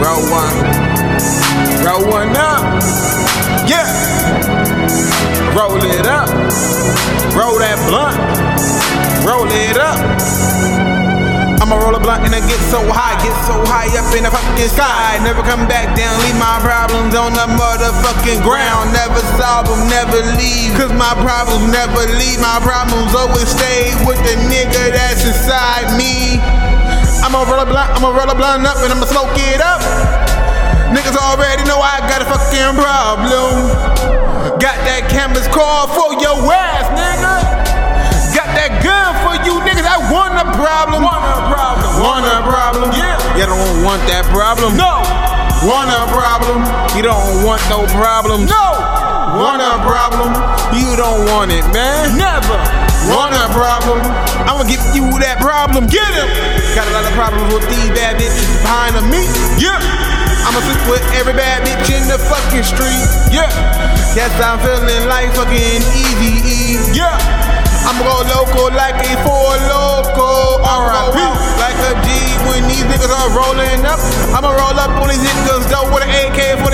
Roll one. Roll one up. Yeah. Roll it up. Roll that blunt. Roll it up. I'ma roll a blunt and I get so high, get so high up in the fucking sky. Never come back down, leave my problems on the motherfucking ground. Never solve them, never leave. Cause my problems never leave. My problems always stay with the nigga that's inside me. I'ma roll a blunt, I'ma roll a blunt up and I'ma smoke it up. Niggas already know I got a fucking problem. Got that canvas call for your ass, nigga. Got that gun for you niggas. I want a problem. Want a problem. Want a problem. Yeah. You don't want that problem. No. Want a problem. You don't want no problems. No. Want a problem. You don't want it, man. Never. Want a problem. I'ma give you that problem. Get him. Got a lot of problems with these bad bitches behind me. Yeah. I'ma sleep with every bad bitch in the fucking street. Yeah. Yes, I'm feeling like fucking Easy E. Yeah. I'ma go local like a four local. R.I.P. Like a G when these niggas are rolling up. I'ma roll up on these niggas though with an AK 47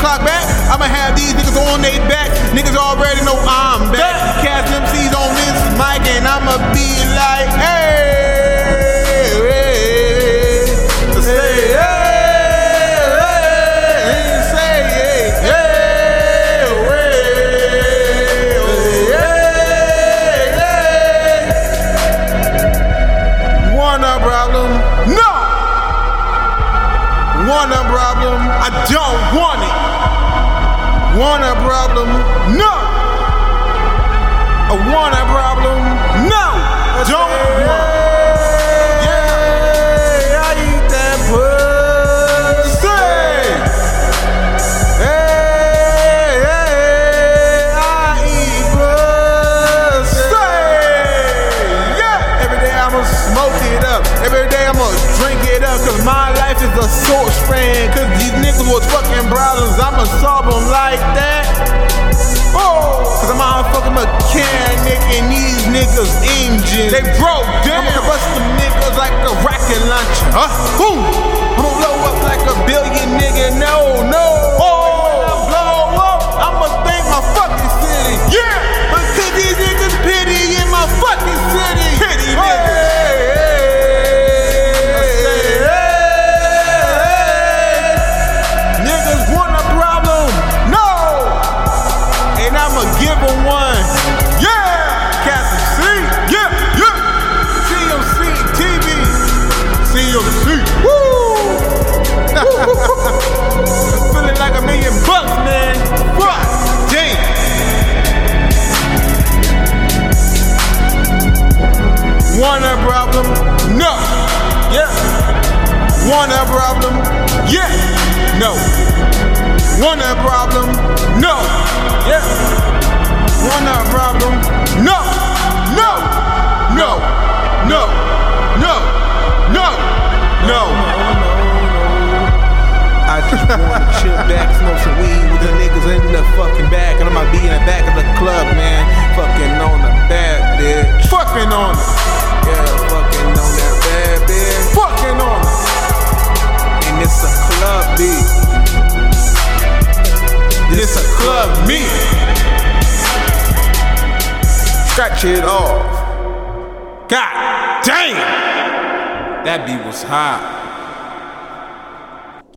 clock back. I'ma have these niggas on they back. Niggas already know I'm back. Cast MCs on this mic and I'ma be like, hey, hey, hey, hey, hey. One up problem. No! One up problem. I don't want it. One up problem. No! A one up problem. No! I don't want it. Yeah, I eat that pussy. Hey, hey, I eat pussy. Yeah. Every day I'ma smoke it up. Every day I'ma drink it up. Cause my life is a short span. Cause these niggas was fucking problems. I'ma solve them like that. Oh, cause I'm a fucking mechanic and these niggas engines. They broke down. I'ma bust them niggas like a rocket launcher. Huh? Boom. I'ma blow up like a billion nigga. No, no. Oh, blow up. I'ma thank my fucking city. Yeah. Because these niggas pity in my fucking city. Pity niggas. Niggas want a problem. No. And I'ma give 'em one. Yeah. Captain C. Yeah. Yeah. TMC TV. CMC. Woo. Feeling like a million bucks, man. Fuck. Damn. Want a problem? No. Yeah. Want a problem? Yeah. No. Want a problem? No. Yeah. Want a problem? No. No. No. No. No. No. No. I just wanna chill back, smoke some weed with the niggas in the fucking back, and I'ma be in the back of the club, man. Fucking on the bad bitch. Fucking on it. Yeah, fucking on that bad bitch. Fucking on it. And it's a club beat. It's a club meet. Scratch it off. God damn! That beat was hot.